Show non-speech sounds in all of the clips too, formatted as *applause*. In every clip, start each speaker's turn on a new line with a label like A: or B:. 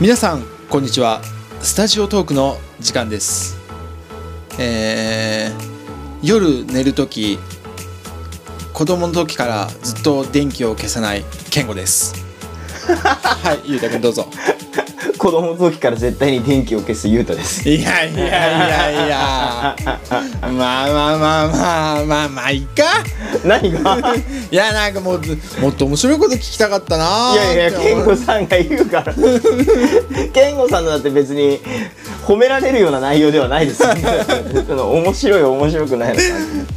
A: 皆さんこんにちはスタジオトークの時間ですえー夜寝るとき子供の時からずっと電気を消さない健吾です
B: *laughs*
A: はいゆうたくんどうぞ
B: 子供の時から絶対に電気を消すゆうたです
A: いやいやいやいやまあまあまあまあまあまあいいか
B: *laughs* 何 *laughs* が
A: いやなんかもうもっと面白いこと聞きたかったないい
B: やいや健吾さんが言うから *laughs* 健吾さんのだって別に褒められるような内容ではないです *laughs* よその面白い面白くないの感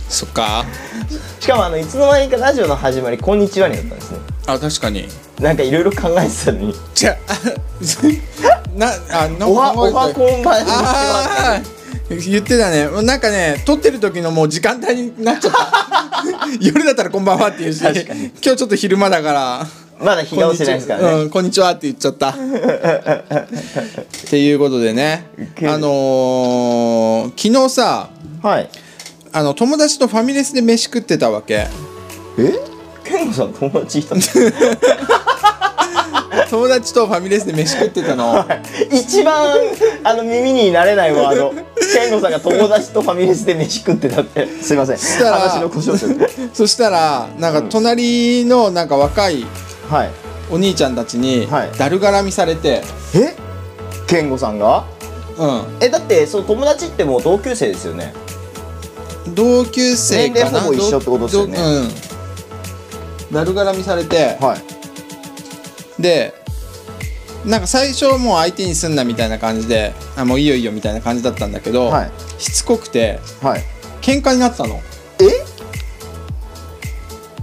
A: そっか
B: じしかもあのいつの間にかラジオの始まり「こんにちは」になったんですね
A: あ確かに
B: なんかいろいろ考えてたのに
A: じゃあ *laughs* なあ
B: 「
A: の
B: おはおはこんばんは
A: あー言ってたねなんかね撮ってる時のもう時間帯になっちゃった
B: *laughs*
A: 夜だったらこんばんはって言うし今
B: 確かに
A: 日ちょっと昼間だから」
B: まだ日が落ちてないですからね
A: うん、こんにちはって言っちゃった。っていうことでね
B: ウ、ケる
A: あのー昨日さ、
B: はい
A: あの友達とファミレスで飯食ってたわけ。
B: え健吾さん友達いたの
A: 友達とファミレスで飯食ってたの。
B: *laughs* 一番あの耳に慣れないワー *laughs* ド健吾さんが友達とファミレスで飯食ってたってすいません
A: たら
B: 話の故障です
A: そしたらなんか隣のなんか若い
B: *laughs* はい
A: お兄ちゃんたちに
B: はい
A: だるがらみされて、
B: え健吾さんが
A: うん。
B: えだってその友達ってもう同級生ですよね
A: 同級生かな
B: 年齢ほぼ一緒ってことですよね
A: どどうんだるがらみされて
B: はい
A: でなんか最初もう相手にすんなみたいな感じであもういいよいいよみたいな感じだったんだけど、
B: はい
A: しつこくて
B: はい
A: 喧嘩になってたの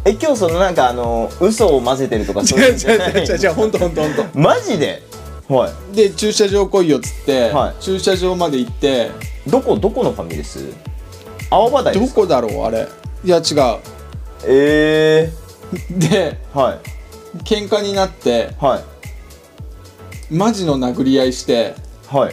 B: え今日そのなんかあの嘘を混ぜてるとかそう
A: *laughs*
B: い
A: 違う
B: うんじゃない
A: 違う違う違うほんとほんとほんと
B: マジでは
A: で駐車場来いよっつって、
B: はい
A: 駐車場まで行って
B: いどこどこのファミレス青葉台
A: ど
B: ですか
A: こだろうあれいや違う
B: え
A: で
B: ー、はい
A: 喧嘩になって
B: はい
A: マジの殴り合いして
B: は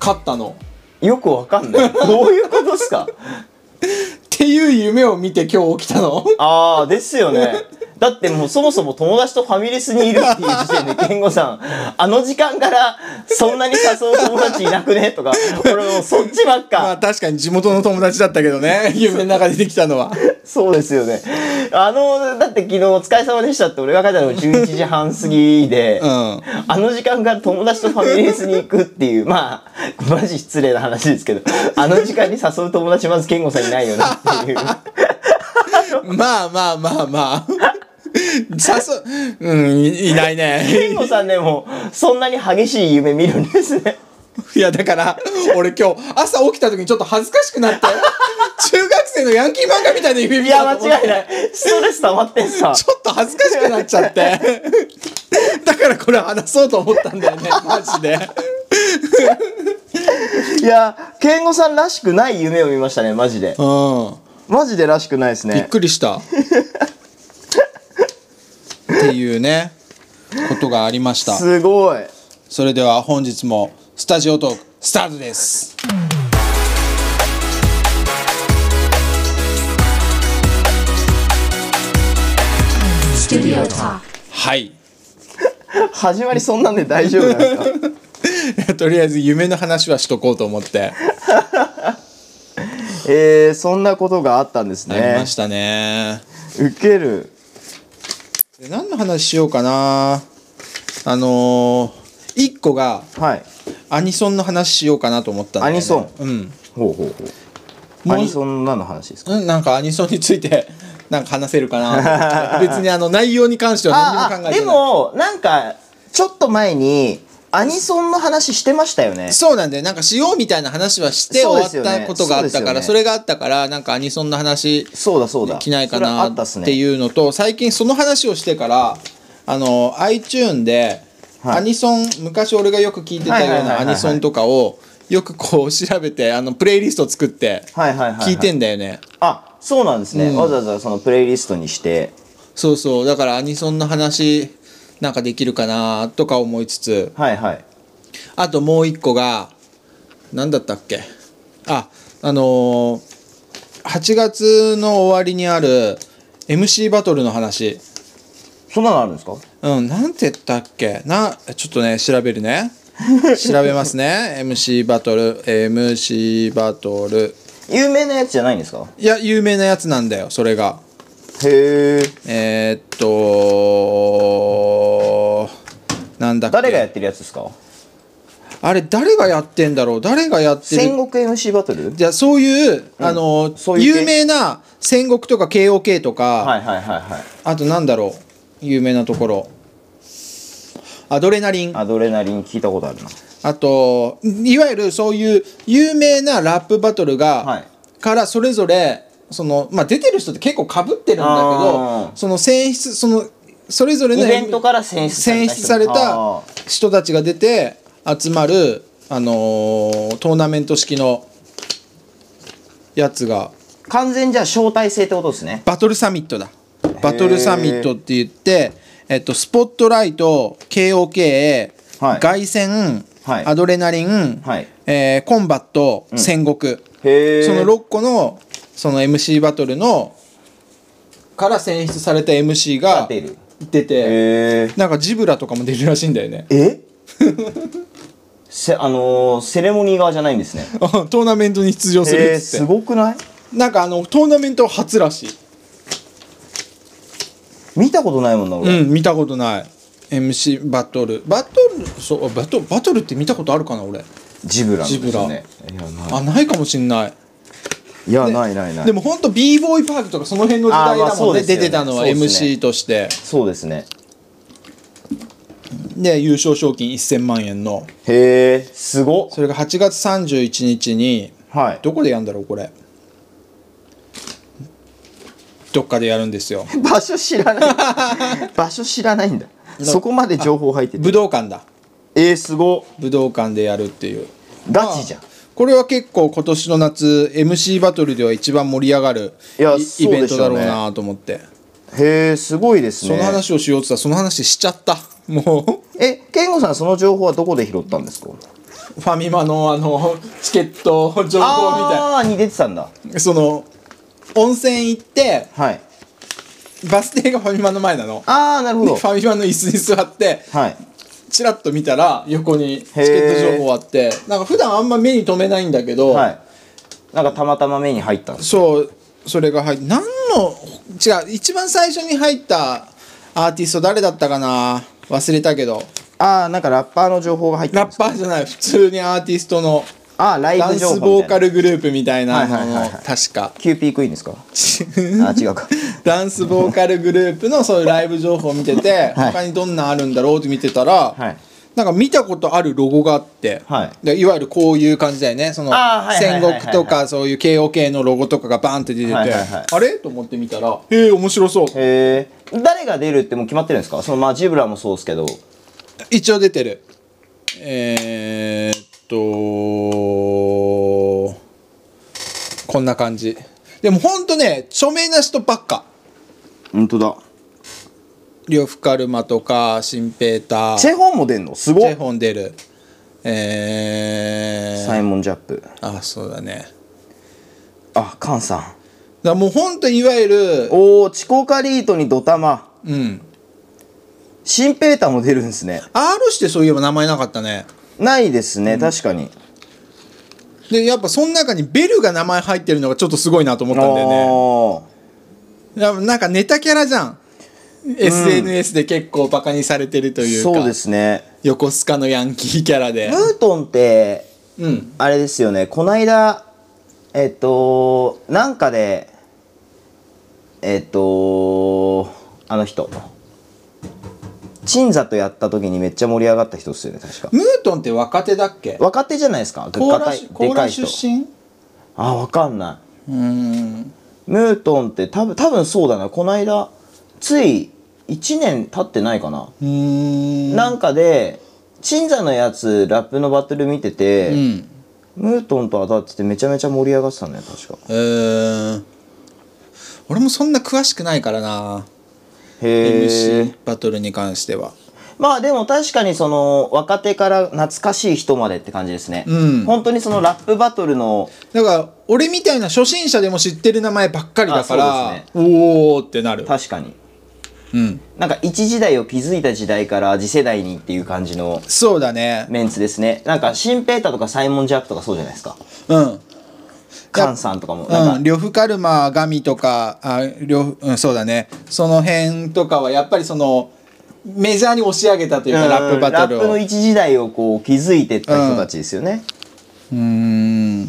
A: 勝ったの
B: いよくわかんな
A: *laughs*
B: いどういうことですか
A: っていう夢を見て今日起きたの
B: ああですよねだってもうそもそも友達とファミレスにいるっていう時点で健吾さんあの時間からそんなに誘う友達いなくねとか俺もうそっちばっか、
A: まあ確かに地元の友達だったけどね
B: *laughs*
A: 夢の中でできたのは
B: そうですよねあのだって昨日「お疲れ様でした」って俺が書いたのが11時半過ぎで、
A: うん
B: あの時間から友達とファミレスに行くっていうまあマジ失礼な話ですけどあの時間に誘う友達まず健吾さんいないよなっていう
A: まあまあまあまあ誘ううんいいないね *laughs*
B: 健吾さんでもそんなに激しい夢見るんですね
A: いやだから俺今日朝起きた時にちょっと恥ずかしくなって
B: *laughs*
A: 中学生のヤンキー漫画みたいな夢
B: い
A: 見
B: や
A: たと思って
B: 間違いないストレス溜まってんさ
A: ちょっと恥ずかしくなっちゃってだからこれ話そうと思ったんだ
B: *laughs*
A: よねマジで
B: いや健吾さんらしくない夢を見ましたねマジで
A: う
B: マジでらしくないです
A: んびっ
B: ね
A: くりしたっていうねことがありました
B: すごい
A: それでは本日もスタジオトークスタートですはい
B: 始まりそんなんで大丈夫なんです
A: *laughs*
B: か
A: とりあえず夢の話はしとこうと思って
B: えー、そんなことがあったんです
A: なり
B: ね
A: ま。したね
B: ウケる。
A: で何の話しようかなあのー、1個が
B: はい。
A: アニソンの話しようかなと思ったんだよね
B: アニソン
A: うん
B: ほうほうほう。
A: もう
B: アニソンなの話ですか
A: うん、なんかアニソンについて *laughs* なんか話せるか
B: *laughs*
A: な別にあの内容に関しては
B: あ
A: 何にも考
B: あ、
A: えてない
B: でも、なんか、ちょっと前に、アニソンの話してましたよね。
A: そうなんだよなんかしようみたいな話はして
B: そ
A: 終
B: うで
A: わっ
B: すよね
A: たことがあったからそ,、
B: そうですよね
A: れがあったからなんかアニソンの話
B: そうだそうだ。
A: できないか
B: それあ
A: な
B: ったっす
A: って
B: ね。
A: いうのと最近その話をしてからあの iTune で
B: はい
A: アニソン昔俺がよく聞いてたようなアニソンとかをよくこう調べてあのプレイリスト作って
B: はいはいはい、は
A: 聞
B: い。
A: いてんだよね
B: あ、そうなんですね、
A: うん
B: わざわざそのプレイリストにして。
A: そうそうだからアニソンの話なんかできるかなとか思いつつ
B: はいはい。
A: あともう一個が何だったっけああのー8月の終わりにある MC バトルの話
B: そんなのあるんですか
A: うん、なんて言ったっけな、ちょっとね、調べる
B: *laughs*
A: ね。調べますね。MC バトル、MC バトル。
B: 有名なやつじゃないんですか
A: いや、有名なやつなんだよ、それが。
B: へえ
A: えー、っと、なんだっけ
B: 誰がやってるやつですか
A: あれ、誰がやってんだろう誰がやって
B: 戦
A: る
B: 国 MC バトル
A: じゃあ、そういう、あの、
B: そういう系
A: 有名な戦国とか KOK とか、
B: はいはいはいはい
A: あとなんだろう有名なところアドレナリン
B: アドレナリン聞いたことあるな
A: あといわゆるそういう有名なラップバトルが、
B: はい
A: からそれぞれその、まあ、出てる人って結構かぶってるんだけ
B: あ
A: ど
B: ー
A: その選出そのそれぞれ
B: イ
A: の
B: ベントから選出
A: 選出され
B: あ
A: た
B: ー
A: 人たちが出て集まる、あのートーナメント式のやつが
B: 完全じゃあ招待制ってことですね
A: バトルサミットだバトルサミットって言って、えっと、スポットライト KOK、
B: はい
A: 凱旋、
B: はい
A: アドレナリン、
B: はい
A: えーコンバット、戦国
B: へえ
A: その6個のその MC バトルのから選出された MC が
B: 出る
A: 出て
B: へ
A: なんかジブラとかも出るらしいんだよね *laughs*
B: ええせあのーセレモニー側じゃないんですね
A: トーナメントに出場するっ
B: えー、
A: つ
B: す
A: って、
B: ごくない
A: なんかあのトーナメント初らしい
B: 見たことないもんな俺、
A: うん見たことない MC バトルバトルそうバトバトルって見たことあるかな俺
B: ジブラの
A: ジブラ
B: ですよねいやな
A: あ
B: い
A: ないかもしんない
B: いやないないない
A: でもほんと b ボーイパークとかその辺の時代
B: あーまあ
A: だ
B: そ
A: も
B: うんで
A: ね
B: すよ
A: 出
B: ね
A: てたのは
B: そうですね
A: MC として
B: そうですね
A: で優勝賞金1000万円の
B: へえすごっ
A: それが8月31日に
B: はい
A: どこでやるんだろうこれどっかでやるんですよ
B: *laughs* 場所知らない *laughs* 場所知らないんだそこまで情報入って
A: 武
B: て
A: 道館だ
B: えー、すご
A: 武道館でやるっていう
B: ガチじゃん
A: まあこれは結構今年の夏 MC バトルでは一番盛り上がる
B: いや
A: イ
B: そ
A: イ
B: うでしょうね
A: ベントだろうなと思って、
B: へえすごいですね
A: その話をしようって言ったらその話しちゃったも
B: え健吾さんその情報はどこで拾ったんですか情報み
A: う *laughs* ファミマのあのチケット情報みたいな
B: あーに出てたんだ
A: その温泉行って
B: はい
A: バス停がファミマの前なの
B: ああなるほ
A: でフ
B: ど
A: ァミマの椅子に座って
B: はい
A: チラッと見たら横にチケット情報あってなんか普段あんま目に留めないんだけど、
B: はいなんかたまたま目に入ったんです
A: そうそれが入って何の違う一番最初に入ったアーティスト誰だったかな忘れたけど
B: ああなんかラッパーの情報が入ったん
A: ラ
B: です
A: ッパーじゃない普通にアーティストの
B: ああライ
A: ダ
B: ブ
A: ン
B: 情報
A: ス
B: みたいな
A: ボーカルグループみたいな
B: はいはいはい
A: の
B: は
A: を
B: い
A: 確か *laughs*
B: キューピークイーンですかあ違うか
A: ダンスボーカルグループのそういうライブ情報を見てて、
B: はい
A: 他にどんなんあるんだろうって見てたら、
B: *laughs* はい
A: なんか見たことあるロゴがあって、
B: はい
A: でいわゆるこういう感じだよねその
B: あーはいはい
A: 戦
B: はいはい
A: 国とかそういう KOK のロゴとかがバンって出てて、
B: はいはいはい
A: あれと思って見たらえー、面白そう
B: へえ誰が出るってもう決まってるんですかそのまあジブラもそうですけど
A: 一応出てるえー、っとこんな感じでもほんとね著名な人ばっか
B: 本当だ
A: 呂布カルマとか新平太
B: チェホンも出んのすご
A: チ
B: い
A: ェホン出るえ
B: サ
A: ー、
B: イモン・ジャップ
A: あそうだねだか
B: あカンさん
A: らもうほんといわゆる
B: おおチコカリートにドタマ
A: うん
B: シンペータも出るんですね
A: R してそういえば名前なかったね
B: ないですね、確かに
A: でやっぱその中にベルが名前入ってるのがちょっとすごいなと思ったんだよ
B: お
A: ねやっぱなんかネタキャラじゃん SNS で結構バカにされてると
B: ー
A: いうか、
B: そうですね
A: 横須賀のヤンキーキャラで
B: ムートンって
A: うん
B: あれですよねこないだえっとなんかでえっとあの人鎮座とやった時にめっちゃ盛り上がった人ですよね確か
A: ムートンって若手だっけ
B: 若手じゃないですか
A: コー
B: が
A: ラ
B: たい
A: コー
B: でか
A: ラ
B: い人
A: 出身
B: あわかんないう
A: ーん
B: ムートンって多分多分そうだなこの間つい1年経ってないかな、
A: うーん
B: なんかで鎮座のやつラップのバトル見てて、
A: うん
B: ムートンと当たっててめちゃめちゃ盛り上がってたんだよ確か
A: えー、俺もそんな詳しくないからな、
B: へえ
A: MC バトルに関しては
B: まあでも確かにその若手から懐かしい人までって感じですね、
A: うん
B: 本当にそのラップバトルの
A: だから俺みたいな初心者でも知ってる名前ばっかりだから、
B: あ
A: おおってなる
B: 確かに
A: うん
B: なんか一時代を築いた時代から次世代にっていう感じの
A: そうだね
B: メンツですねなんかシンペーターとかサイモン・ジャップとかそうじゃないですか
A: うん
B: カンさんとかもな
A: うんん、
B: か
A: 呂布カルマ神とかあ呂布うん、そうだねその辺とかはやっぱりそのメジャーに押し上げたというか、
B: うん
A: ラップバトル
B: ラップ
A: を
B: の
A: う
B: 一時代をこう築いてった人たちですよね、
A: ーん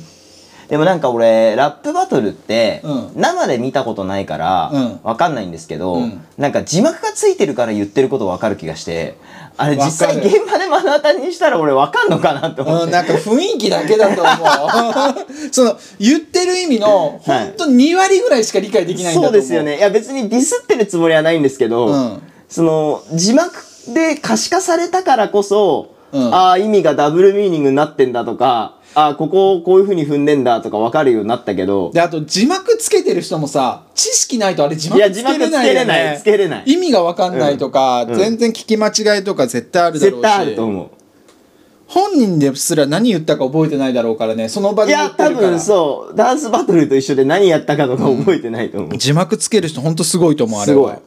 B: でもなんか俺ラップバトルって
A: うん
B: 生で見たことないから
A: うん
B: わかんないんですけど、
A: うん
B: なんか字幕がついてるから言ってることわかる気がしてあれ
A: わかる
B: 実際現場で目の当たりにしたら俺わかんのかなって思っ
A: うん、
B: て、
A: なんか雰囲気だけだと
B: *laughs*
A: 思うその言ってる意味の
B: はい
A: ほんと2割ぐらいしか理解できないんだと思
B: そううですよねいや別にディスってるつもりはないんですけど、
A: うん
B: その字幕で可視化されたからこそ、
A: うん
B: ああ意味がダブルミーニングになってんだとかああここをこういうふうに踏んでんだとかわかるようになったけど
A: であと字幕つけてる人もさ知識ないとあれ字
B: い
A: 幕
B: や
A: つ
B: 字
A: け
B: 幕
A: れないよ、ね、
B: つけれないつけれない
A: 意味が分かんないとか、
B: うん
A: 全然聞き間違いとか絶対あるだろうし
B: 絶対あると思う。
A: 本人ですら何言ったか覚えてないだろうからねその場
B: い
A: で言
B: や、
A: って
B: 多
A: るから
B: 分そう、ダンスバトルと一緒で何やったかとか覚えてないと思う。
A: 字幕つける人ほんとすごいと思うあれ
B: すごい
A: は。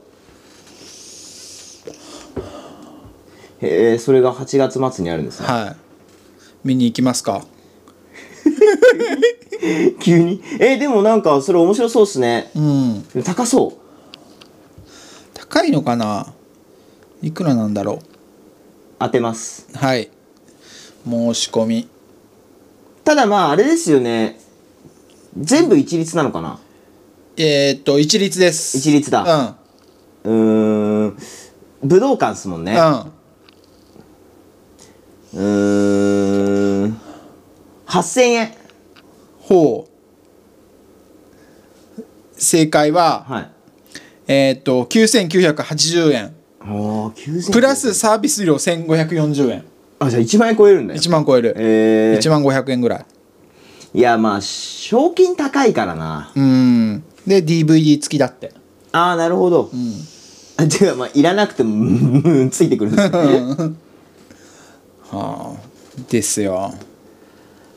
B: へえ、それが8月末にあるんですね。
A: はい見に行きますか
B: *laughs* 急に。え、でもなんか、それ面白そうっすね。
A: うん
B: 高そ
A: 高いのかないくらなんだろ
B: う。当てます。
A: うはい申し込み
B: ただまあ、あれですよね。全部一律なのかな
A: えー、っと一律です
B: 一律だ。うーん。武道館っすもん
A: う
B: ね。
A: んうん
B: うーん。8000円。
A: ほう正解は、
B: はい。
A: えー、っと9980円
B: おー、9000円。
A: プラス。サービス料1540円
B: あ、じゃあ1万円超えるんだよ。
A: 1万超える、
B: えー
A: 1万500円ぐらい
B: いやまあ賞金高いからな
A: うんで DVD 付きだって
B: ああなるほど、うん、 *laughs* ていうかまあいらなくても *laughs* うんうんついてくるんですね
A: はあですよ、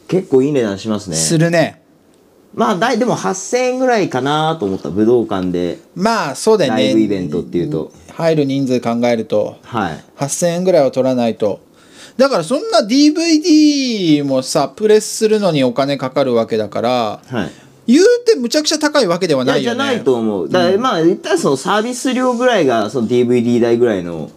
B: 結構いい値段しますね
A: するね
B: まあだいでも8000円ぐらいかなと思った武道館で
A: まあそうだよ
B: ラ
A: ね
B: イブイベントっていうと、
A: 入る人数考えると
B: はい
A: 8000円ぐらいは取らないとだからそんな DVD もさプレスするのにお金かかるわけだから
B: はい
A: 言うてむちゃくちゃ高いわけではい
B: や
A: ない
B: じ
A: よ
B: ゃ
A: ね
B: ないと思うだからまあ言ったらそのサービス料ぐらいがその DVD 代ぐらいの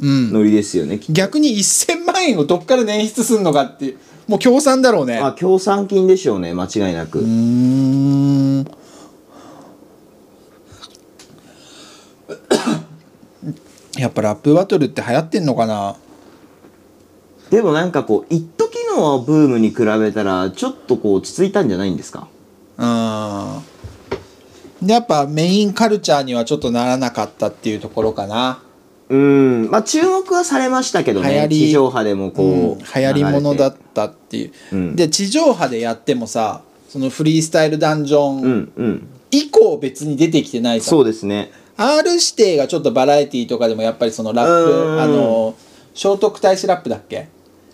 A: うん、
B: ノリですよね、きっと
A: 逆に1000万円をどっから捻出すんのかってもう協賛だろうね
B: まあ協賛金でしょうね間違いなく、
A: うーんやっぱラップバトルって流行ってんのかな
B: でもなんかこう一時のブームに比べたらちょっとこう落ち着いたんじゃないんですか
A: うんでやっぱメインカルチャーにはちょっとならなかったっていうところかな、
B: うん、まあ注目はされましたけど
A: 流行
B: ね、
A: り
B: 地上波でもこう、
A: うん流行りものだったっていう、
B: うん
A: で地上波でやってもさそのフリースタイルダンジ
B: う
A: ョン
B: んうん、
A: 以降別に出てきてないから
B: そうですね。
A: R 指定がちょっとバラエティーとかでもやっぱりそのラッ
B: う
A: プ
B: ん
A: あの聖徳太子ラップだっけ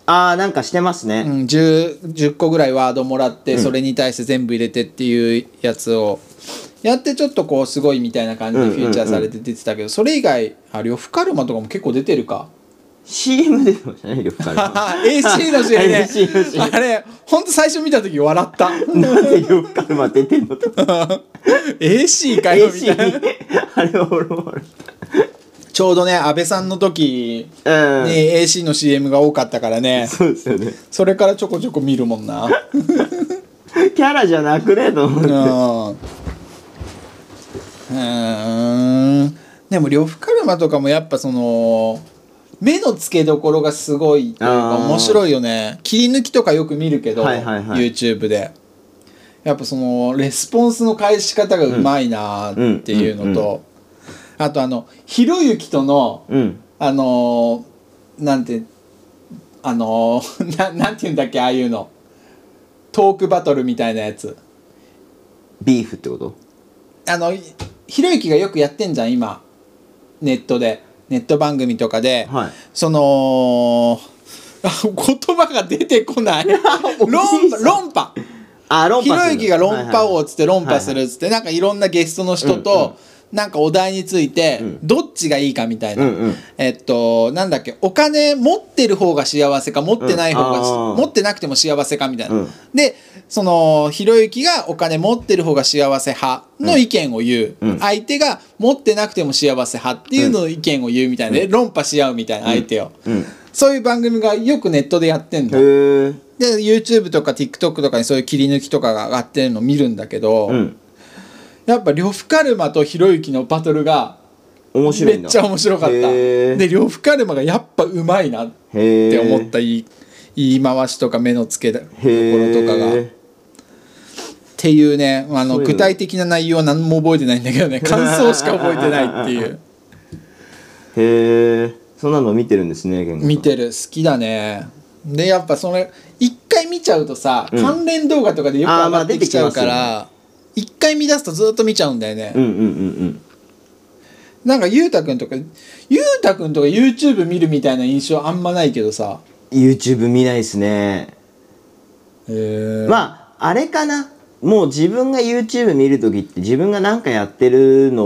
B: ああ、なんかしてます
A: う
B: ね。
A: ん、10, 10個ぐらいワードもらって、それに対して全部入れてっていうやつをやってちょっとこうすごいみたいな感じで
B: うん
A: フューチャーされて出てたけど、それ以外あ呂布カルマとかも結構出てる
B: *laughs*
A: か
B: CM 出てましたね、よくから。
A: *laughs* AC の試合
B: *laughs*
A: ね
B: AC の試合
A: あれほんと最初見た時笑った
B: *laughs* なんでよくから待っててん
A: *laughs*
B: のと。
A: AC かよみたいな
B: AC に、あれは俺も俺も
A: ちょうどね安倍さんの時
B: うん、
A: に AC の CM が多かったからね
B: そうですよね。
A: それからちょこちょこ見るもんな
B: キャラじゃなくねと思って。
A: うんうんでも呂布カルマとかもやっぱその目の付けどころがすごいというか
B: あー
A: 面白いよね切り抜きとかよく見るけど、
B: はいはいはい
A: YouTube でやっぱそのレスポンスの返し方がうまいなーっていうのと、
B: うんうん
A: あとあのひろゆきとの
B: うん。
A: あのー、なんてあのー、 *laughs* ななんて言うんだっけああいうのトークバトルみたいなやつ
B: ビーフってこと
A: あのいひろゆきがよくやってんじゃん今ネットでネット番組とかで、
B: はい
A: そのあ言葉が出てこ
B: *laughs*
A: ない論論破
B: あ、論破
A: ひろゆきが論破
B: を。
A: 王っつって論破するっつって、なんかいろんなゲストの人と、
B: うんうん
A: なんかお題について、
B: ん
A: どっちがいいかみたいな、
B: うんうん
A: えっとなんだっけお金持ってる方が幸せか持ってない方が、
B: うんあー
A: 持ってなくても幸せかみたいな、
B: うん
A: でそのひろゆきがお金持ってる方が幸せ派の意見を言う、
B: うん
A: 相手が持ってなくても幸せ派っていうのの意見を言うみたいな、で論破し合うみたいな相手を、
B: うん
A: そういう番組がよくネットでやってんだ
B: へえ
A: で YouTube とか TikTok とかにそういう切り抜きとかが上がってるの見るんだけど、
B: うん
A: やっぱ呂布カルマとひろゆきのバトルが
B: 面白
A: め
B: いん
A: っ
B: だ
A: ちゃ面白かった
B: へえ
A: で呂布カルマがやっぱうまいなっ
B: へ
A: て
B: え
A: 思った言い言い回しとか目のつけどころ
B: へ
A: とかがっ
B: え
A: ていうねあの
B: そういうの
A: 具体的な内容は何も覚えてないんだけどね感想しか覚えてないって
B: *laughs*
A: いう
B: へえそんなの見てるんですね健吾さん
A: 見てる好きだねでやっぱそれ一回見ちゃうとさ、
B: うん
A: 関連動画とかでよく
B: あ
A: 上
B: ーま
A: が
B: あ
A: ってきちゃうか
B: 出てき
A: ら一、回見出すとずっと見ちゃうんだよね、
B: うんうんうん
A: なんかゆうたくんとかゆうたくんとか YouTube 見るみたいな印象あんまないけどさ
B: うん YouTube 見ないですね
A: へー
B: まああれかなもう自分が YouTube 見るときって自分が何かやってるのの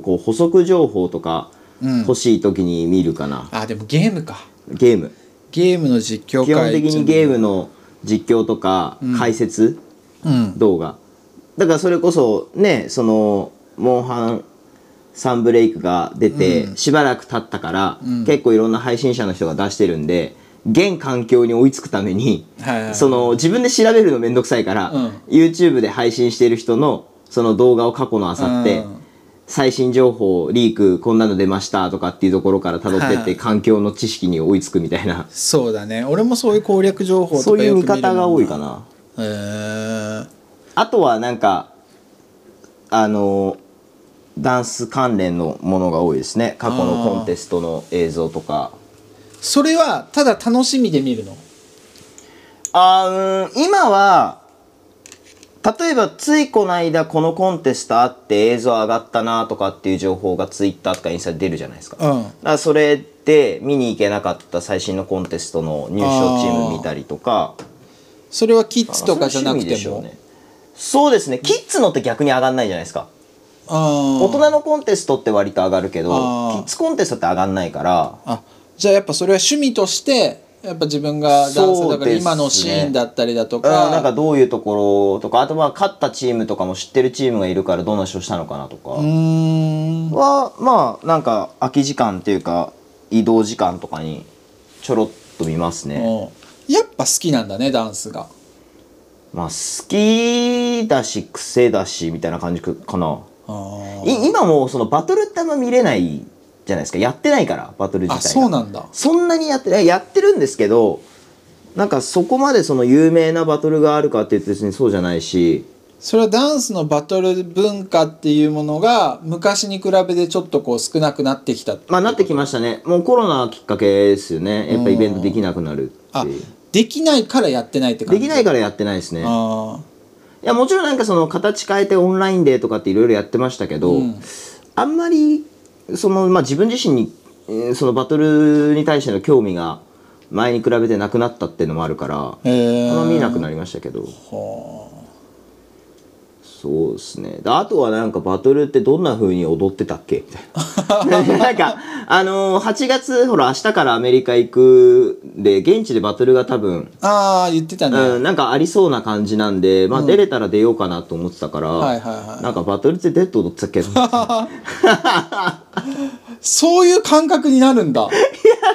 B: こう補足情報とか
A: うん
B: 欲しいときに見るかな、
A: あでもゲームか
B: ゲーム
A: ゲームの実況会
B: 基本的にゲー
A: ム
B: ムの実況とか
A: うん
B: 解説
A: うん
B: 動画、だからそれこそねそのモンハンサンブレイクが出て、しばらく経ったから、
A: ん
B: 結構いろんな配信者の人が出してるんで現環境に追いつくために
A: はいはいはい
B: その自分で調べるのめんどくさいから、
A: うん
B: YouTube で配信してる人のその動画を過去のあさって、
A: うん
B: 最新情報リークこんなの出ましたとかっていうところから辿ってって、
A: はい
B: 環境の知識に追いつくみたいな
A: そうだね俺もそういう攻略情報
B: そ
A: と
B: う
A: か
B: い
A: よ
B: う
A: く
B: 見方が多いか
A: な
B: な。
A: へー
B: あとはなんかあのダンス関連のものが多いですね過去のコンテストの映像とか
A: それはただ楽しみで見るの
B: あーうん今は例えばついこの間このコンテストあって映像上がったなとかっていう情報がツイッターとかインスタで出るじゃないですかだか
A: うん
B: らそれで見に行けなかった最新のコンテストの入賞チーム見たりとか
A: それはキッズとかじゃなく
B: そういう趣味で
A: て
B: しょう
A: も
B: ねそうですねキッズのって逆に上がんないじゃないですか
A: 大
B: 大人のコンテストって割と上がるけど
A: あー
B: キッズコンテストって上がんないから
A: あじゃあやっぱそれは趣味としてやっぱ自分がダンスだ
B: そう
A: か
B: です
A: ら今
B: ね
A: のシーンだったりだと
B: うん
A: か
B: なんかどういうところとかあとまあ勝ったチームとかも知ってるチームがいるからどんな人したのかなとか
A: うーん
B: はまあなんか空き時間っていうか移動時間とかにちょろっと見ますね
A: もうやっぱ好きなんだねダンスが
B: まあ好きだし癖だしみたいな感じかな
A: あー
B: い今もうそのバトルってあんま見れないじゃないですかやってないからバトル自体が
A: あそうなんだ
B: そんなにやってないやってるんですけどなんかそこまでその有名なバトルがあるかって言って別にそうじゃないし
A: それはダンスのバトル文化っていうものが昔に比べてちょっとこう少なくなってきた
B: まあなってきましたねもうコロナきっかけですよねやっぱイベントできなくなるっ
A: あ
B: ていう
A: できないからやってないって感
B: で
A: じ
B: きないからやってないですね
A: あ
B: いやもちろんなんかその形変えてオンラインでとかっていろいろやってましたけ
A: ー
B: ど、
A: うん
B: あんまりその、まあ、自分自身にえーそのバトルに対しての興味が前に比べてなくなったっていうのもあるから
A: えー
B: あんま見なくなりましたけど
A: は
B: そうですねであとはなんかバトルってどんな風に踊ってたっけみたい
A: *laughs*
B: ななんかあのー8月ほら明日からアメリカ行くんで現地でバトルが多分、
A: ああー言ってたね、
B: うん、なんかありそうな感じなんで、まあ、出れたら出ようかなと思ってたから、
A: はいはいはい
B: なんかバトルってデッド踊ってたっけ
A: そういう感覚になるんだ、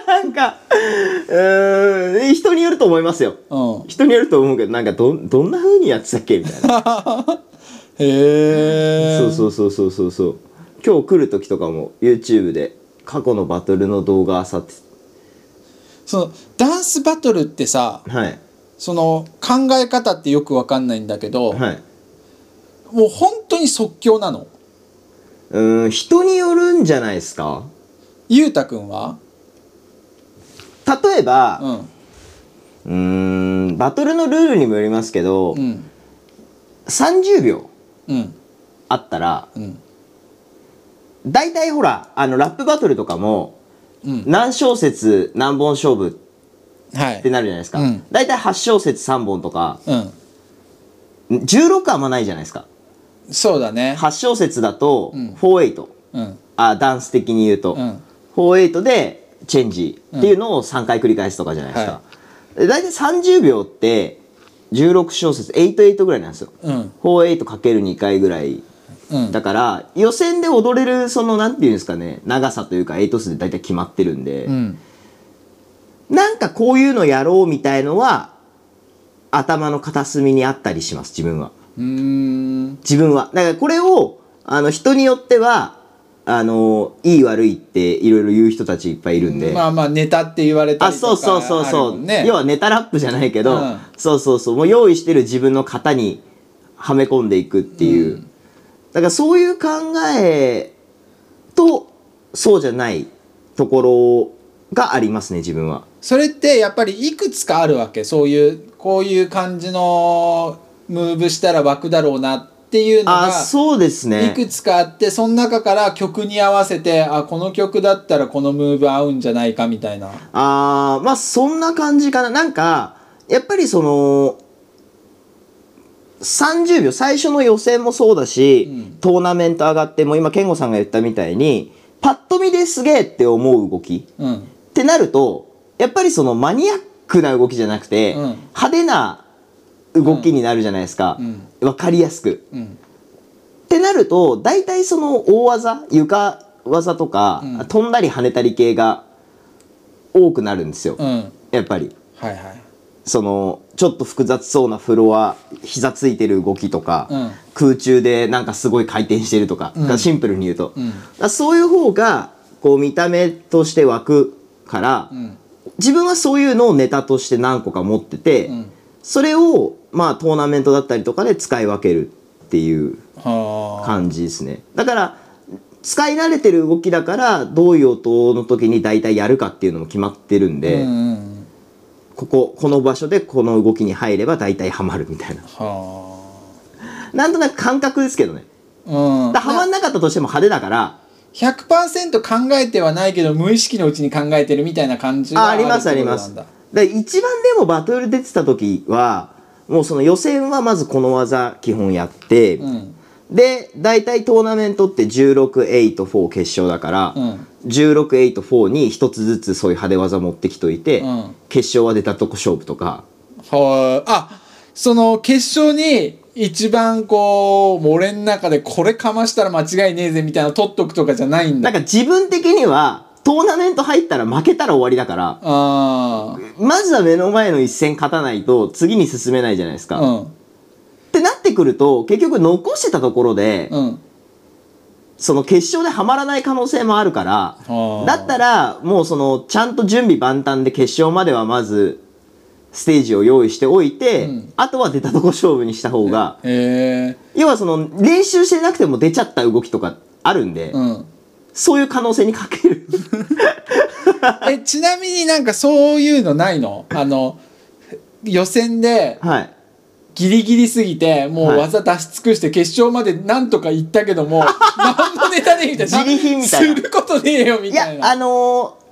B: なんかうーん人によると思いますよ
A: うん、 *laughs*
B: 人によると思うけどなんかどんどんな風にやってたっけみたいな
A: へえ
B: そうそうそうそうそうそう今日来る時とかも YouTube で過去のバトルの動画あさって
A: そのダンスバトルってさ
B: はい
A: その考え方ってよくわかんないんだけど、
B: はい
A: もう本当に即興なの
B: うーん人によるんじゃないですか
A: ゆうたくんは
B: 例えば
A: うん
B: うーんバトルのルールにもよりますけど、
A: うん
B: 30秒
A: うん
B: あったら
A: うん
B: 大体ほらあのラップバトルとかも
A: うん
B: 何小節何本勝負
A: は
B: っ
A: い
B: てなるじゃないですか、
A: うん
B: 大体8小節3本とか
A: うん
B: 16はあんまないじゃないですか
A: そうだね
B: 8小節だと
A: うん
B: 48、
A: うん
B: あダンス的に言うと、
A: うん
B: 48でチェンジっていうのを3回繰り返すとかじゃないですか
A: は、
B: で大体30秒って16小節88ぐらいなんですよ
A: うん
B: 48かける2回ぐらい
A: うん
B: だから予選で踊れるそのなんていうんですかね長さというか8数で大体決まってるんで、
A: うん
B: なんかこういうのやろうみたいのは頭の片隅にあったりします自分は
A: うーん
B: 自分はだからこれをあの人によってはあのいい悪いっていろいろ言う人たちいっぱいいるんで、
A: まあまあネタって言われた
B: あ
A: りとか
B: そうそうそう
A: あ
B: そ
A: る
B: う、
A: もんね
B: 要はネタラップじゃないけ
A: う
B: ど、
A: ん
B: そうそうそうもう用意してる自分の型にはめ込んでいくっていう、だからそういう考えとそうじゃないところがありますね自分は。
A: それってやっぱりいくつかあるわけそういうこういう感じのムーブしたら枠だろうなっていうの
B: あ
A: が
B: そうです
A: い
B: ね
A: くつかあってその中から曲に合わせてあこの曲だったらこのムーブ合うんじゃないかみたいな。
B: あーまあそんな感じかななんかやっぱりその30秒最初の予選もそうだし、
A: うん
B: トーナメント上がってもう今健吾さんが言ったみたいにパッと見ですげえって思う動き
A: うん
B: ってなるとやっぱりそのマニアックな動きじゃなくて、
A: うん
B: 派手な動きになるじゃないですか、
A: うん
B: わかりやすく。
A: うん
B: ってなると大体その大技床技とか、
A: うん
B: 飛んだり跳ねたり系が多くなるんですよ、
A: うん
B: やっぱり
A: はいはい。
B: そのちょっと複雑そうなフロア膝ついてる動きとか、
A: うん
B: 空中でなんかすごい回転してるとか、
A: うん
B: がシンプルに言うと、
A: うん
B: だからそういう方がこう見た目として湧くから、
A: うん
B: 自分はそういうのをネタとして何個か持ってて、
A: うん
B: それをまあトーナメントだったりとかで使い分けるっていう
A: はあ
B: 感じですねだから使い慣れてる動きだからどういう音の時に大体やるかっていうのも決まってる
A: う
B: ん
A: ん
B: で、
A: うん
B: こここの場所でこの動きに入れば大体ハマるみたいな
A: は
B: なんとなく感覚ですけどね
A: あうん
B: だハマんなかったとしても派手だから
A: 100%考えてはないけど無意識のうちに考えてるみたいな感じ
B: あ
A: が
B: ありますあ
A: るっ
B: り
A: てこ
B: ま
A: とな
B: す
A: ん
B: だ
A: だ
B: から一番でもバトル出てた時はもうその予選はまずこの技基本やって、
A: うん
B: で大体トーナメントって16884決勝だから、
A: うん
B: 16884に一つずつそういう派手技持ってきといて、
A: うん
B: 決勝は出たとこ勝負とか
A: はああその決勝に一番こうもう俺の中でこれかましたら間違いねえぜみたいなの取っとくとかじゃないんだ
B: なんか自分的にはトーナメント入ったら負けたら終わりだから
A: あー
B: まずは目の前の一戦勝たないと次に進めないじゃないですか。
A: う
B: っ
A: ん
B: てなってくると結局残してたところで、
A: うん
B: その決勝ではまらない可能性もあるから
A: ー
B: だったらもうそのちゃんと準備万端で決勝まではまずステージを用意しておいて、
A: うん
B: あとは出たとこ勝負にした方が
A: へえ
B: 要はその練習してなくても出ちゃった動きとかあるんで、
A: うん
B: そういう可能性にかける *laughs*
A: えちなみになんかそういうのないのあの予選で
B: はい
A: ギリギリすぎても
B: はいう
A: 技出し尽くして決勝までなんとか行ったけど
B: *laughs*
A: も何もネタねえみたいな
B: 自利品みたいな
A: することねえよみ
B: い
A: た
B: や
A: いな
B: あのー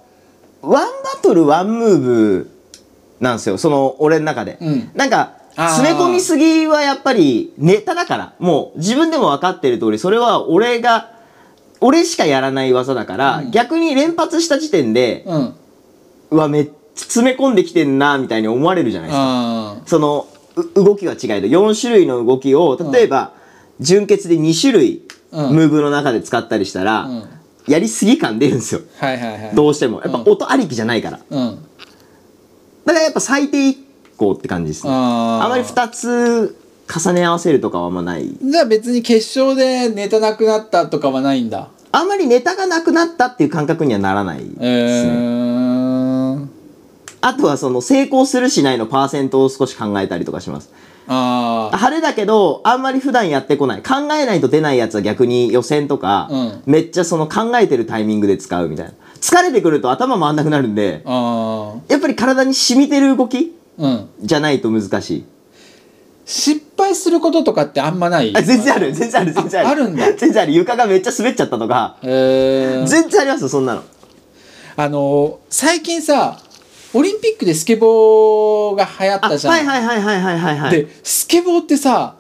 B: ワンバトルワンムーブなんですよその俺の中で、
A: うん
B: なんか
A: あー
B: 詰め込みすぎはやっぱりネタだからもう自分でも分かってる通りそれは俺が俺しかやらない技だから、
A: うん
B: 逆に連発した時点で、
A: うん
B: うわめっちゃ詰め込んできてんなみたいに思われるじゃないですか
A: あ
B: そのう動きは違いで4種類の動きを例えば、純血で2種類、
A: うん
B: ムーブの中で使ったりしたら、
A: あうん
B: やりすぎ感出るんですよ
A: はいはいはい
B: どうしてもやっぱ
A: うん
B: 音ありきじゃないからだ
A: うん
B: からやっぱ最低1個って感じですね
A: あー
B: あまり2つ重ね合わせるとかはあんまない
A: じゃあ別に決勝でネタなくなったとかはないんだ
B: あんまりネタがなくなったっていう感覚にはならないです
A: へえ
B: ね、
A: ー、
B: あとはその成功するしないのパーセントを少し考えたりとかします
A: ああ
B: 晴れだけどあんまり普段やってこない考えないと出ないやつは逆に予選とか、
A: うん
B: めっちゃその考えてるタイミングで使うみたいな疲れてくると頭回んなくなるんで
A: あ
B: やっぱり体に染みてる動き
A: ーうん
B: じゃないと難しい
A: 失敗することとかってあんまない
B: あ全然ある全然ある全然ある
A: ああるんだ
B: 全然ある床がめっちゃ滑っちゃったとか
A: へえー、
B: 全然ありますよそんなの
A: あの最近さオリンピックでスケボーが流行っ
B: あは
A: た
B: い
A: じゃん、
B: はいはいはいはいはいはい
A: でスケボーってさ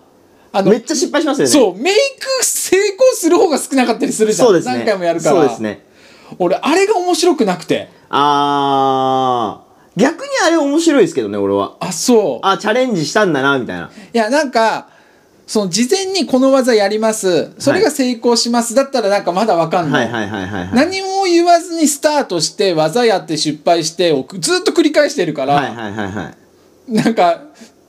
A: あの
B: めっちゃ失敗しますよね
A: そうメイク成功する方が少なかったりするじゃん
B: そうですね
A: 何回もやるから
B: そうですね
A: 俺あれが面白くなくて
B: あー逆にあれ面白いですけどね俺は
A: あそう
B: あチャレンジしたんだなみたいない
A: やなんかその事前にこの技やりますそれが成功します、だったらなんかまだわかんな、
B: はいいはいはいはいはい
A: 何も言わずにスタートして技やって失敗してをずっと繰り返してるから、
B: はいはいはいはい
A: なんか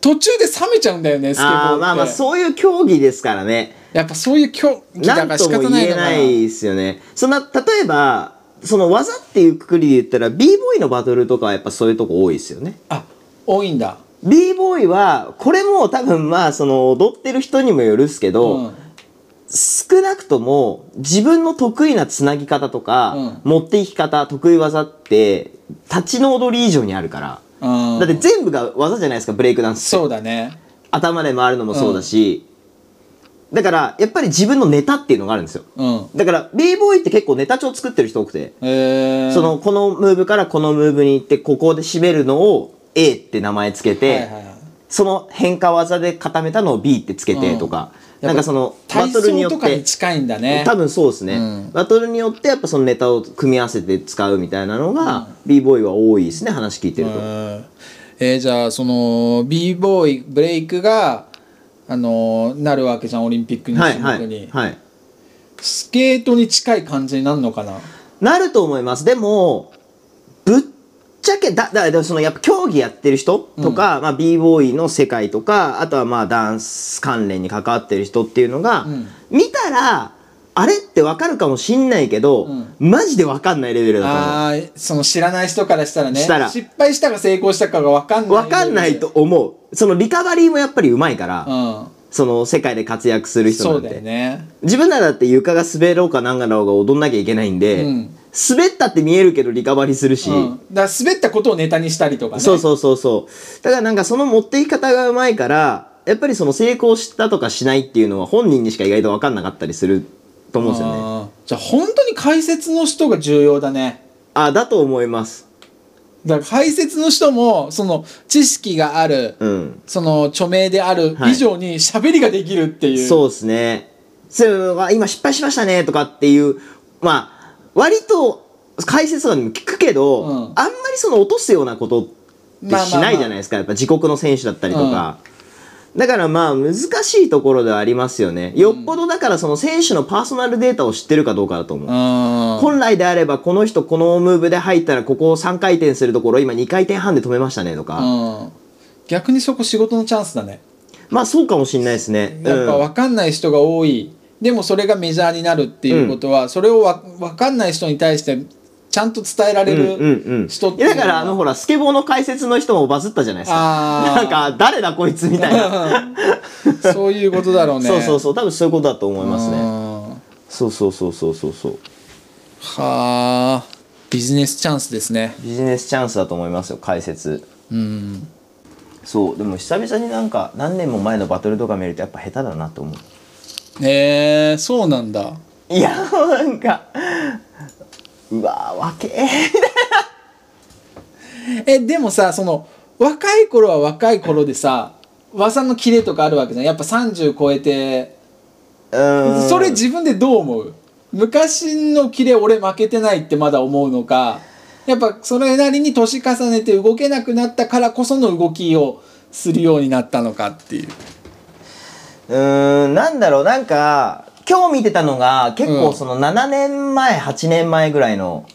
A: 途中で冷めちゃうんだよねスケボーっ
B: あ
A: て
B: ーまあまあそういう競技ですからね
A: やっぱそういう競技だ
B: な
A: か
B: ん
A: ら
B: と
A: 仕方
B: も
A: な
B: 言
A: い
B: え
A: のかな
B: ないですよねそんな例えばその技っていうくくりで言ったら b ボーイのバトルとかはやっぱそういうとこ多いですよね
A: あ多いんだ
B: b ボーイはこれも多分まあその踊ってる人にもよるっすけど、
A: うん
B: 少なくとも自分の得意なつなぎ方とか、
A: うん
B: 持っていき方得意技って立ちの踊り以上にあるから、
A: うん
B: だって全部が技じゃないですかブレイクダンスって
A: そうだね
B: 頭で回るのもそうだし、だからやっぱり自分のネタっていうのがあるんですよ
A: うん
B: だから b ボーイって結構ネタ帳作ってる人多くて、
A: えー、
B: そのこのムーブからこのムーブに行ってここで締めるのを A って名前つけて、
A: はいはいはい
B: その変化技で固めたのを B ってつけてとか、
A: うん
B: なんかそのバ
A: 体
B: トルに
A: 操
B: よ
A: と
B: っ
A: か
B: て
A: に近いんだね
B: 多分そうですね、
A: うん
B: バトルによってやっぱそのネタを組み合わせて使うみたいなのが、b ボーイは多いですね話聞いてる
A: う
B: と、
A: んえーじゃあその b ボーイブレイクがあのーなるわけじゃんオリンピックの
B: はい
A: 種目に、
B: はいはい
A: スケートに近い感じになるのかな
B: なると思いますでもぶっちゃけだだだそのやっぱ競技やってる人とか、まあ、b ボーイの世界とかあとはまあダンス関連に関わってる人っていうのが、
A: うん
B: 見たらあれってわかるかもしんないけど、マジでわかんないレベルだと思う
A: あーその知らない人からしたらね
B: したら
A: 失敗したか成功したかが分かんない
B: わかんないと思うそのリカバリーもやっぱりうまいから、
A: うん
B: その世界で活躍する人
A: そ
B: な
A: うんだよ
B: て、
A: ね
B: 自分ならだって床が滑ろうかなんかろうが踊んなきゃいけないんで、
A: うん
B: 滑ったって見えるけどリカバリーするし、
A: うん、だから滑ったことをネタにしたりとかね
B: そうそうそうそうだからなんかその持っていき方がうまいからやっぱりその成功したとかしないっていうのは本人にしか意外と分かんなかったりすると思うんですよね
A: あーじゃあ本当に解説の人が重要だね
B: あだと思います
A: だから解説の人もその知識がある、
B: うん
A: その著名である
B: はい
A: 以上に喋りができるっていう、
B: そうですね。そういうのが今失敗しましたねとかっていう、まあ、割と解説とかにも聞くけど、
A: うん
B: あんまりその落とすようなことって
A: まあまあまあ
B: しないじゃないですか、やっぱ自国の選手だったりとか。だからまあ難しいところではありますよね。よっぽどだからその選手のパーソナルデータを知ってるかどうかだと思う。
A: うん
B: 本来であればこの人このムーブで入ったらここを3回転するところを今2回転半で止めましたねとか。
A: うん逆にそこ仕事のチャンスだね
B: まあそうかもしれないですね。
A: やっぱ
B: うん
A: 分かんない人が多い、でもそれがメジャーになるっていうことは、それをわ分かんない人に対してちゃんと伝えられる人って
B: い
A: いう
B: や
A: のは
B: だからあのほらスケボーの解説の人もバズったじゃないですか
A: あー
B: なんか誰だこいつみた
A: *laughs*
B: いな、
A: そういうことだろうね
B: *laughs* そうそ
A: そ
B: うそう多分そういうことだと思いますね
A: ね
B: そうそうそうそうそうそう
A: はあビジネスチャンスですね
B: ビジネスチャンスだと思いますよ解説
A: うん
B: そうでも久々になんか何年も前のバトルとか見るとやっぱ下手だなと思う
A: えー、そうなんだ
B: いやなんかうわーわけえ
A: えでもさその若い頃は若い頃でさ技のキレとかあるわけじゃんやっぱ30超えて
B: うーん
A: それ自分でどう思う昔のキレ俺負けてないってまだ思うのかやっぱそれなりに年重ねて動けなくなったからこその動きをするようになったのかっていう
B: うーんなんだろうなんか今日見てたのが結
A: う
B: 構
A: ん
B: その7年前8年前ぐらいの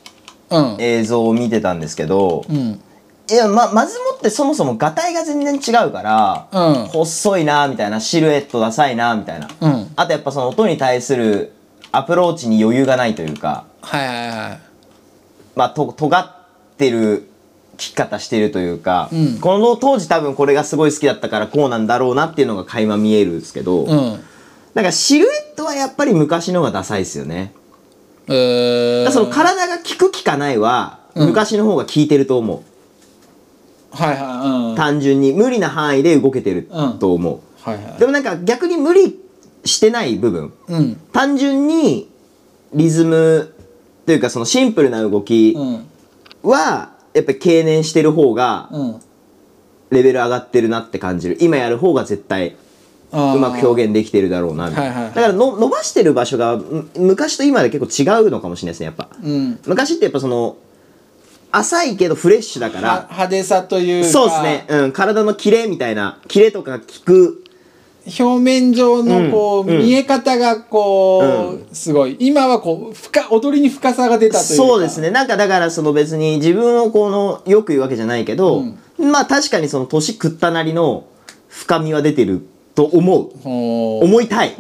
A: うん
B: 映像を見てたんですけど、
A: うん
B: いやままずもってそもそもガタイが全然違うから、
A: うん
B: 細いなみたいなシルエットダサいなみたいな、
A: うん
B: あとやっぱその音に対するアプローチに余裕がないというか
A: はいはいはい
B: まあと尖ってる聞き方してるというか、
A: うん
B: この当時多分これがすごい好きだったからこうなんだろうなっていうのが垣間見えるんですけ
A: う
B: ど、
A: ん
B: なんかシルエットはやっぱり昔のがダサいですよね、
A: えー
B: だからその体が効く効かないは
A: うん
B: 昔の方が効いてると思う、
A: はいはいうん
B: 単純に無理な範囲で動けてると思う、
A: はいはい
B: でもなんか逆に無理してない部分
A: うん
B: 単純にリズムというかそのシンプルな動き
A: うん
B: はやっぱり経年してる方が
A: うん
B: レベル上がってるなって感じる今やる方が絶対
A: あー
B: うまく表現できてるだろうなみたいな、
A: はいはいはい
B: だからの伸ばしてる場所がむ昔と今で結構違うのかもしれないですねやっぱ
A: うん
B: 昔ってやっぱその浅いけどフレッシュだか
A: は
B: ら
A: 派手さというか
B: そうですね、うん、体のキレみたいなキレとか効く
A: 表面上のこう、
B: うん
A: 見え方がこう、すごい今はこう深踊りに深さが出たというか
B: そうですねなんかだからその別に自分をこのよく言うわけじゃないけど、まあ確かにその年食ったなりの深みは出てると思う
A: ほう
B: 思い
A: *laughs*
B: たい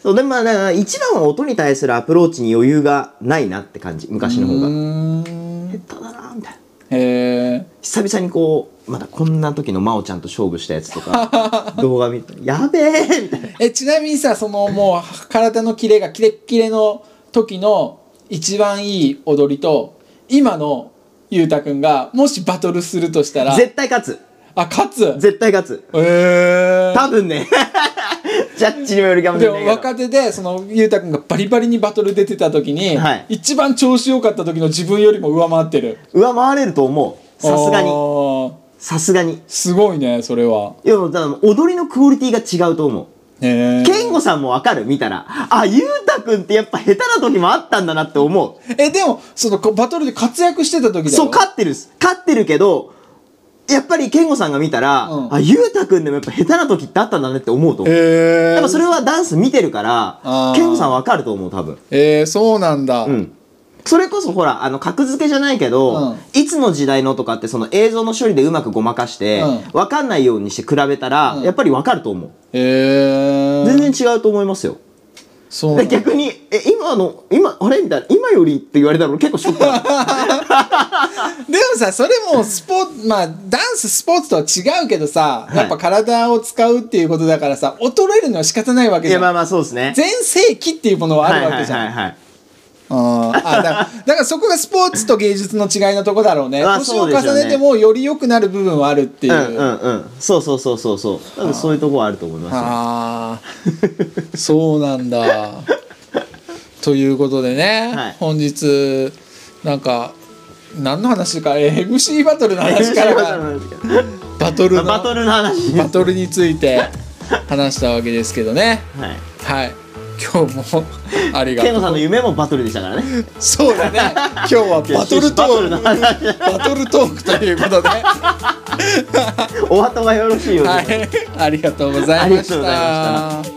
B: そうでもまあだから一番は音に対するアプローチに余裕がないなって感じ昔の方
A: う
B: が
A: ーん
B: 下手だなみたいな
A: へえ
B: 久々にこうまだこんな時の真央ちゃんと勝負したやつ
A: *laughs*
B: とか動画見てやべえみたいな
A: えちなみにさそのもう体のキレがキレッキレの時の一番いい踊りと今のゆうたくんがもしバトルするとしたら
B: 絶対勝つ
A: あ勝つ
B: 絶対勝つ
A: へえ
B: 多分ね *laughs* ジャッジにもよるかもし
A: で
B: れない
A: も
B: けど
A: 若手でそのゆうたくんがバリバリにバトル出てた時に、
B: はい
A: 一番調子良かった時の自分よりも上回ってる
B: 上回れると思うさすが
A: あ
B: に
A: ー
B: さすがに
A: すごいねそれはい
B: やだから踊りのクオリティが違うと思う
A: へえ
B: 健吾さんもわかる見たらあゆうたくんってやっぱ下手な時もあったんだなって思う
A: えでもそのこバトルで活躍してた時だよ
B: そう勝ってるっす勝ってるけどやっぱり健吾さんが見たら、
A: うん
B: あゆうたくんでもやっぱ下手な時ってあったんだねって思うと思う、
A: へ
B: や
A: え
B: っぱそれはダンス見てるから
A: あー
B: 健吾さんわかると思う多分
A: えー、そうなんだ、
B: うんそれこそほらあの格付けじゃないけど、
A: うん
B: いつの時代のとかってその映像の処理でうまくごまかして、
A: うん
B: わかんないようにして比べたら、
A: うん
B: やっぱりわかると思う
A: へえ
B: 全然違うと思いますよ、
A: そうな
B: で
A: んだ
B: 逆に「え今の今あれ?」みたいな「今より」って言われたら俺結構ショックだった
A: でもさそれもスポ
B: *laughs*
A: ーツまあダンススポーツとは違うけどさ、
B: はい
A: やっぱ体を使うっていうことだからさ衰えるのは仕方ないわけ
B: い
A: じゃ
B: や
A: ん、
B: まあまあそうですね
A: 全盛期っていうものはあるわけじゃん、
B: はいはいはいはい
A: あーあだからだからそこがスポーツと芸術の違いのとこだろうね
B: まあ
A: 年を
B: そうで
A: 重
B: しょうね
A: ねてもより良くなる部分はあるっていう、
B: うんうんうんそうそうそうそうそう多分そういうとこはあると思いますよ
A: ああそうなんだということでね、
B: はい
A: 本日なんか何の話かえー MC バトルの
B: *laughs*
A: 話からバトルの
B: バトルの話
A: バトルについて話したわけですけどね
B: はい
A: はい今日もありが
B: 健
A: と
B: 吾
A: う
B: さんの夢もバトルでしたからね
A: そうだね今日はバトルト
B: バトルの
A: ーク
B: 話
A: バトルトークということでは
B: お後がよろしいようで
A: いありがとうござ
B: あ
A: い
B: り
A: ま
B: が
A: し
B: とうございま
A: た。